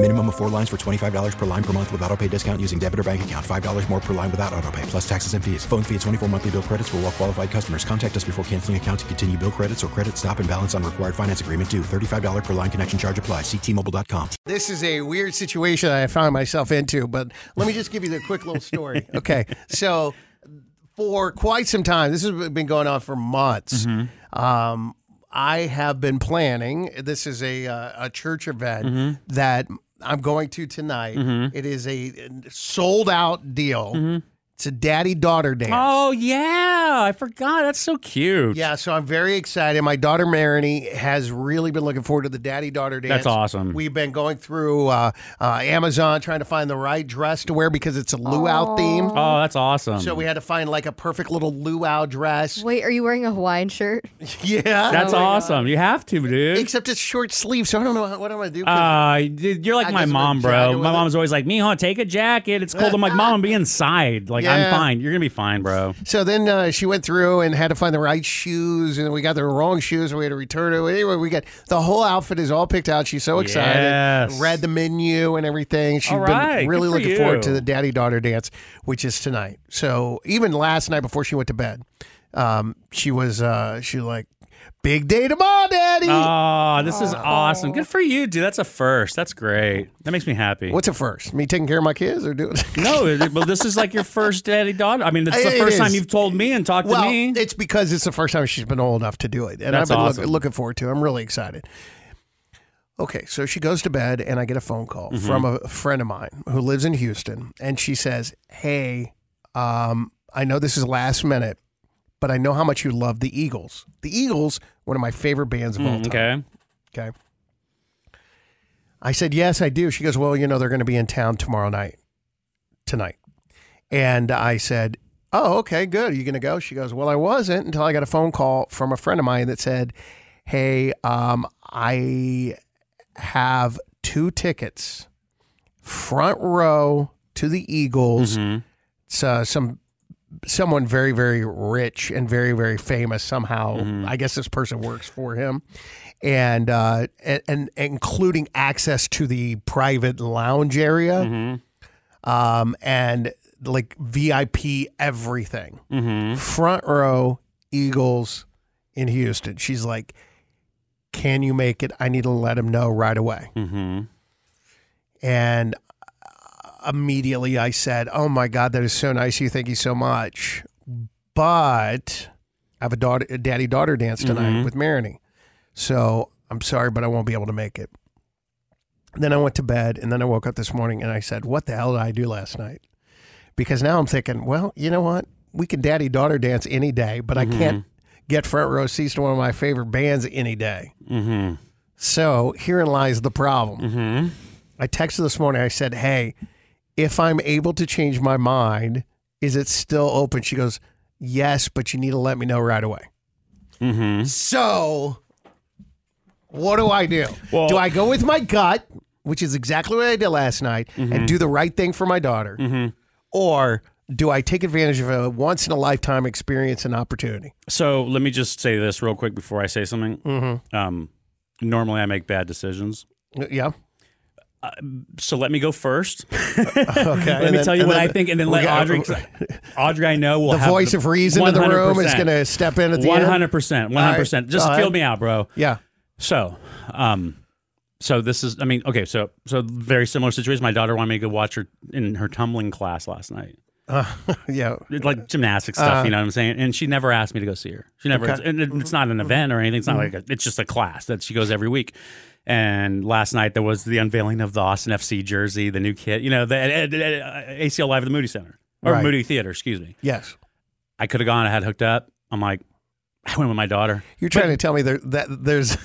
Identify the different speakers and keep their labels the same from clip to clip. Speaker 1: Minimum of four lines for $25 per line per month with auto pay discount using debit or bank account. $5 more per line without auto pay, plus taxes and fees. Phone fee at 24 monthly bill credits for all well qualified customers. Contact us before canceling account to continue bill credits or credit stop and balance on required finance agreement due. $35 per line connection charge applies. Ctmobile.com.
Speaker 2: This is a weird situation I found myself into, but let me just give you the quick little story. Okay. So, for quite some time, this has been going on for months. Um, I have been planning. This is a uh, a church event that I'm going to tonight. It is a sold out deal. It's a daddy daughter dance.
Speaker 3: Oh yeah, I forgot. That's so cute.
Speaker 2: Yeah, so I'm very excited. My daughter Marini has really been looking forward to the daddy daughter dance.
Speaker 3: That's awesome.
Speaker 2: We've been going through uh, uh, Amazon trying to find the right dress to wear because it's a luau theme.
Speaker 3: Oh, that's awesome.
Speaker 2: So we had to find like a perfect little luau dress.
Speaker 4: Wait, are you wearing a Hawaiian shirt?
Speaker 2: Oh, Yeah.
Speaker 3: that's awesome. You have to, dude.
Speaker 2: Except it's short sleeve, so I don't know how- what I'm gonna do.
Speaker 3: Uh, dude, you're like
Speaker 2: I
Speaker 3: my
Speaker 2: guess we're
Speaker 3: mom, bro.
Speaker 2: dragging with
Speaker 3: My
Speaker 2: it.
Speaker 3: mom's always like, "Mijo, take a jacket. It's cold." I'm like, "Mom, be inside. Like,
Speaker 2: Yeah.
Speaker 3: I'm fine. You're gonna be fine, bro."
Speaker 2: so then uh, she went through and had to find the right shoes, and we got the wrong shoes, and we had to return it. Anyway, we got the whole outfit is all picked out. She's so excited.
Speaker 3: Yes.
Speaker 2: Read the menu and everything. She's
Speaker 3: All
Speaker 2: been
Speaker 3: right, good
Speaker 2: really
Speaker 3: for
Speaker 2: looking forward to
Speaker 3: you.
Speaker 2: the daddy daughter dance, which is tonight. So even last night before she went to bed, um, she was uh, she like, big day tomorrow, daddy.
Speaker 3: Oh, this is awesome. Good for you, dude. That's a first. That's great. That makes me happy.
Speaker 2: What's it first? Me taking care of my kids or doing?
Speaker 3: no, it- but this is like your first daddy daughter. I mean, it's the
Speaker 2: It
Speaker 3: first
Speaker 2: is.
Speaker 3: time you've told me and talked
Speaker 2: well,
Speaker 3: to me.
Speaker 2: it's because it's the first time she's been old enough to do it, and
Speaker 3: That's
Speaker 2: I've been look-
Speaker 3: awesome.
Speaker 2: looking forward to. it. I'm really excited. Okay, so she goes to bed, and I get a phone call
Speaker 3: Mm-hmm.
Speaker 2: from a friend of mine who lives in Houston, and she says, "Hey, um, I know this is last minute, but I know how much you love the Eagles. The Eagles, one of my favorite bands of all time."
Speaker 3: Mm, okay.
Speaker 2: Okay. I said, Yes, I do. She goes, Well, you know, they're going to be in town tomorrow night, tonight. And I said, Oh, okay, good. Are you going to go? She goes, Well, I wasn't until I got a phone call from a friend of mine that said, Hey, um, I have two tickets, front row to the Eagles. It's uh, some someone very very rich and very very famous somehow i guess this person works for him and uh and, and including access to the private lounge area
Speaker 3: Mm-hmm.
Speaker 2: um and like vip everything
Speaker 3: Hmm? Mm-hmm.
Speaker 2: front row eagles in houston she's like can you make it i need to let him know right away
Speaker 3: Mm-hmm.
Speaker 2: and immediately I said, Oh my God, that is so nice. of You thank you so much. But I have a daughter a daddy daughter dance tonight with Marini. So I'm sorry, but I won't be able to make it. Then I went to bed and then I woke up this morning and I said, What the hell did I do last night? Because now I'm thinking, well, you know what? We can daddy daughter dance any day, but I can't get front row seats to one of my favorite bands any day. Mm-hmm. So herein lies the problem.
Speaker 3: Mm-hmm.
Speaker 2: I texted this morning. I said, "Hey, if I'm able to change my mind, is it still open?" She goes, "Yes, but you need to let me know right away."
Speaker 3: Mm-hmm.
Speaker 2: So, what do I do?
Speaker 3: Well-
Speaker 2: do I go with my gut, which is exactly what I did last night,
Speaker 3: Mm-hmm.
Speaker 2: and do the right thing for my daughter, or do I take advantage of a once in a lifetime experience and opportunity?
Speaker 3: So let me just say this real quick before I say something.
Speaker 2: Mm-hmm.
Speaker 3: Um, normally, I make bad decisions.
Speaker 2: Yeah.
Speaker 3: So let me go first.
Speaker 2: Okay.
Speaker 3: Let me tell you what I think, and then let Audrey. Audrey, I know will
Speaker 2: The
Speaker 3: have
Speaker 2: voice of reason in the room is
Speaker 3: 100%.
Speaker 2: going to step in at the
Speaker 3: One
Speaker 2: end.
Speaker 3: hundred percent, one hundred percent. Just
Speaker 2: All right.
Speaker 3: feel me out, bro.
Speaker 2: Yeah.
Speaker 3: So, um, so this is. I mean, okay. So, so very similar situation. My daughter wanted me to go watch her in her tumbling class last night,
Speaker 2: Yeah.
Speaker 3: It's like gymnastics stuff. you know what I'm saying? And she never asked me to go see her. She never.
Speaker 2: Uh, Okay. Mm-hmm.
Speaker 3: And it- it's not an event or anything. It's not like a, it's just a class that she goes every week. And last night there was the unveiling of the Austin FC jersey, the new kit. You know, the uh, uh, ACL Live at the Moody Center or
Speaker 2: Right.
Speaker 3: Moody Theater, excuse me.
Speaker 2: Yes.
Speaker 3: I could have gone. I had hooked up. I'm like, I went with my daughter.
Speaker 2: You're trying to tell me there that there's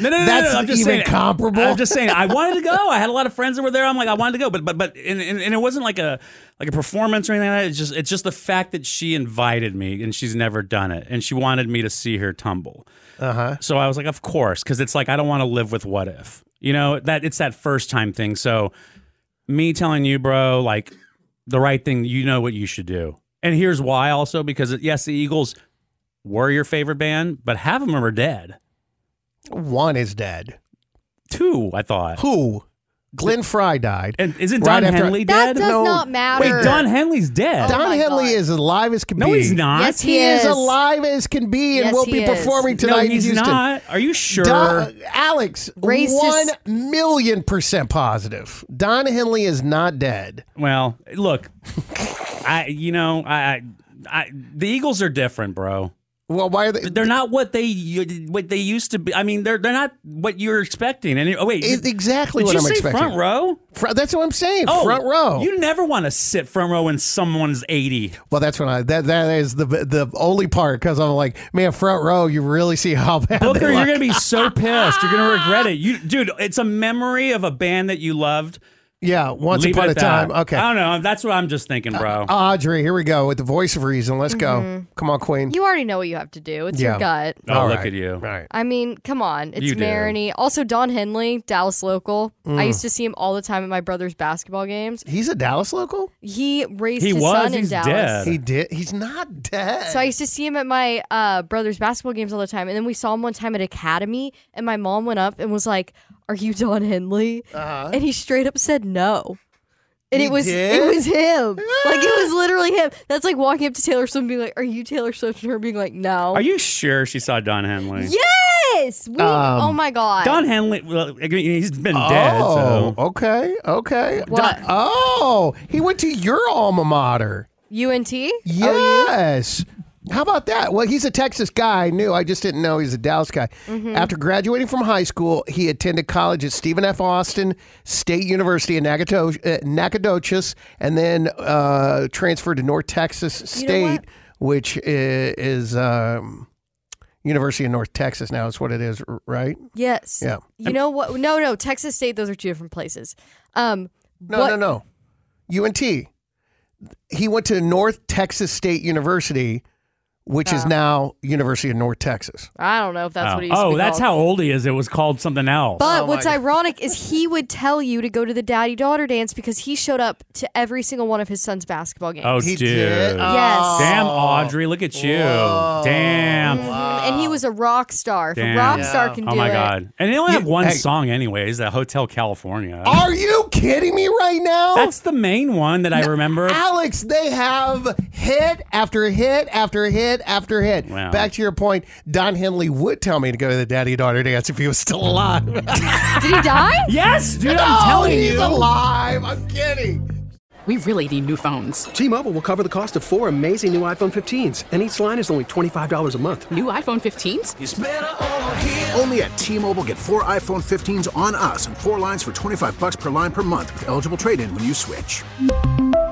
Speaker 3: No, no, no,
Speaker 2: That's
Speaker 3: no, no. I'm just
Speaker 2: even
Speaker 3: saying,
Speaker 2: comparable?
Speaker 3: I'm just saying. I wanted to go. I had a lot of friends that were there. I'm like, I wanted to go, but but but and, and, and it wasn't like a like a performance or anything. Like that. It's just it's just the fact that she invited me and she's never done it, and she wanted me to see her tumble. Uh
Speaker 2: Uh-huh.
Speaker 3: huh. So I was like, of course, because it's like I don't want to live with what if. You know that it's that first time thing. So me telling you, bro, like the right thing. You know what you should do, and here's why. Also, because yes, the Eagles were your favorite band, but half of them are dead.
Speaker 2: one is dead.
Speaker 3: Two, I thought.
Speaker 2: Who? Glenn Fry died.
Speaker 3: And isn't
Speaker 2: Right
Speaker 3: Don
Speaker 2: after-
Speaker 3: Henley
Speaker 4: That
Speaker 3: dead?
Speaker 4: does
Speaker 2: No.
Speaker 4: not matter.
Speaker 3: Wait, Don Henley's dead.
Speaker 4: Oh
Speaker 2: Don
Speaker 4: my
Speaker 2: Henley
Speaker 4: God.
Speaker 2: is alive as can be.
Speaker 3: no, he's not.
Speaker 4: Yes,
Speaker 2: He,
Speaker 4: he
Speaker 2: is.
Speaker 4: is.
Speaker 2: alive as can be and
Speaker 4: Yes,
Speaker 2: will
Speaker 4: he
Speaker 2: be
Speaker 4: is.
Speaker 2: performing
Speaker 3: No,
Speaker 2: tonight
Speaker 3: he's
Speaker 2: in Houston.
Speaker 3: not. Are you sure?
Speaker 2: Don- Alex,
Speaker 4: Racist.
Speaker 2: one million percent positive. Don Henley is not dead.
Speaker 3: Well, look, I you know I, I I the Eagles are different, bro.
Speaker 2: Well, why are they?
Speaker 3: They're not what they what they used to be. I mean, they're they're not what you're expecting. And oh wait,
Speaker 2: It's exactly
Speaker 3: did
Speaker 2: what
Speaker 3: you
Speaker 2: I'm
Speaker 3: say
Speaker 2: expecting.
Speaker 3: Front row.
Speaker 2: Fr- that's what I'm saying. front row.
Speaker 3: Oh. You never want to sit front row when someone's eighty.
Speaker 2: well, that's when I that that is the the only part because I'm like, man, front row. You really see how bad. they
Speaker 3: Booker, you're
Speaker 2: look.
Speaker 3: gonna be so pissed. You're gonna regret it. You, dude, it's a memory of a band that you loved.
Speaker 2: yeah, once
Speaker 3: Leave
Speaker 2: upon
Speaker 3: it
Speaker 2: a
Speaker 3: at
Speaker 2: time.
Speaker 3: that. Uh,
Speaker 2: Okay, Uh,
Speaker 3: I don't know. That's what I'm just thinking, bro.
Speaker 2: Audrey, here we go with the voice of reason. Let's go. Come on, Queen.
Speaker 4: Mm-hmm. You already know what you have to do. It's
Speaker 2: Yeah.
Speaker 4: your gut.
Speaker 3: oh,
Speaker 2: all
Speaker 3: look
Speaker 2: right.
Speaker 3: at you.
Speaker 2: right.
Speaker 4: I mean, come on. It's
Speaker 3: You do. Mm.
Speaker 4: Marini. Also, Don Henley, Dallas local. I used to see him all the time at my brother's basketball games.
Speaker 2: He's a Dallas local.
Speaker 4: He raised
Speaker 3: He
Speaker 4: his
Speaker 3: was?
Speaker 4: son
Speaker 3: He's
Speaker 4: in Dallas.
Speaker 3: dead.
Speaker 2: He did. He's not dead.
Speaker 4: So I used to see him at my uh, brother's basketball games all the time, and then we saw him one time at Academy, and my mom went up and was like, "Are you Don Henley?" uh And he straight up said no,
Speaker 2: Uh-huh.
Speaker 4: and
Speaker 2: He
Speaker 4: it was
Speaker 2: did?
Speaker 4: it was him, like it was literally him. That's like walking up to Taylor Swift and being like, "Are you Taylor Swift?" and her being like, "No."
Speaker 3: Are you sure she saw Don Henley?
Speaker 4: yes. We- oh my god.
Speaker 3: Um, Don Henley. Well, I mean, he's been dead.
Speaker 2: Oh,
Speaker 3: So.
Speaker 2: okay, okay.
Speaker 4: What?
Speaker 2: Di- Oh, he went to your alma mater.
Speaker 4: UNT. Oh,
Speaker 2: Yes. How about that? Well, he's a Texas guy. I knew. I just didn't know he's a Dallas guy.
Speaker 4: Mm-hmm.
Speaker 2: After graduating from high school, he attended college at Stephen F. Austin State University in Nacogdoches, uh, Nacogdoches and then uh, transferred to North Texas
Speaker 4: You know
Speaker 2: State,
Speaker 4: what?
Speaker 2: which i- is, um, University of North Texas now. Is what it is, r- right?
Speaker 4: Yes.
Speaker 2: Yeah.
Speaker 4: You know what? No, no. Texas State. Those are two different places. Um.
Speaker 2: No,
Speaker 4: what-
Speaker 2: no, no. UNT. He went to North Texas State University, which
Speaker 4: Oh.
Speaker 2: is now University of North Texas.
Speaker 4: I don't know if that's
Speaker 3: Oh,
Speaker 4: what he used to
Speaker 3: Oh,
Speaker 4: be
Speaker 3: that's
Speaker 4: called.
Speaker 3: how old he is. It was called something else.
Speaker 4: But what's ironic is he would tell you to go to the daddy daughter dance because he showed up to every single one of his son's basketball games.
Speaker 3: oh,
Speaker 2: He
Speaker 3: dude.
Speaker 2: did? Oh.
Speaker 4: Yes.
Speaker 3: Damn, Audrey. Look at you. Damn.
Speaker 4: Mhm, And he was a rock star. If a
Speaker 3: Damn.
Speaker 4: rock star can do
Speaker 3: Oh my
Speaker 4: it.
Speaker 3: God. And they only have one
Speaker 2: hey.
Speaker 3: song, anyways. The Hotel California.
Speaker 4: Oh.
Speaker 2: Are you kidding me right now?
Speaker 3: That's the main one that I remember.
Speaker 2: Alex, they have hit after hit after hit after hit.
Speaker 3: Wow.
Speaker 2: Back to your point, Don Henley would tell me to go to the daddy daughter dance if he was still alive.
Speaker 4: Did he die?
Speaker 3: Yes, dude. I'm
Speaker 2: No,
Speaker 3: telling
Speaker 2: he's
Speaker 3: you.
Speaker 2: alive. I'm kidding.
Speaker 5: We really need new phones.
Speaker 6: T-Mobile will cover the cost of four amazing new iPhone 15s, and each line is only $25 a month.
Speaker 5: New iPhone 15s?
Speaker 7: Only at T-Mobile, get four iPhone 15s on us and four lines for 25 bucks per line per month with eligible trade-in when you switch.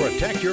Speaker 8: Protect your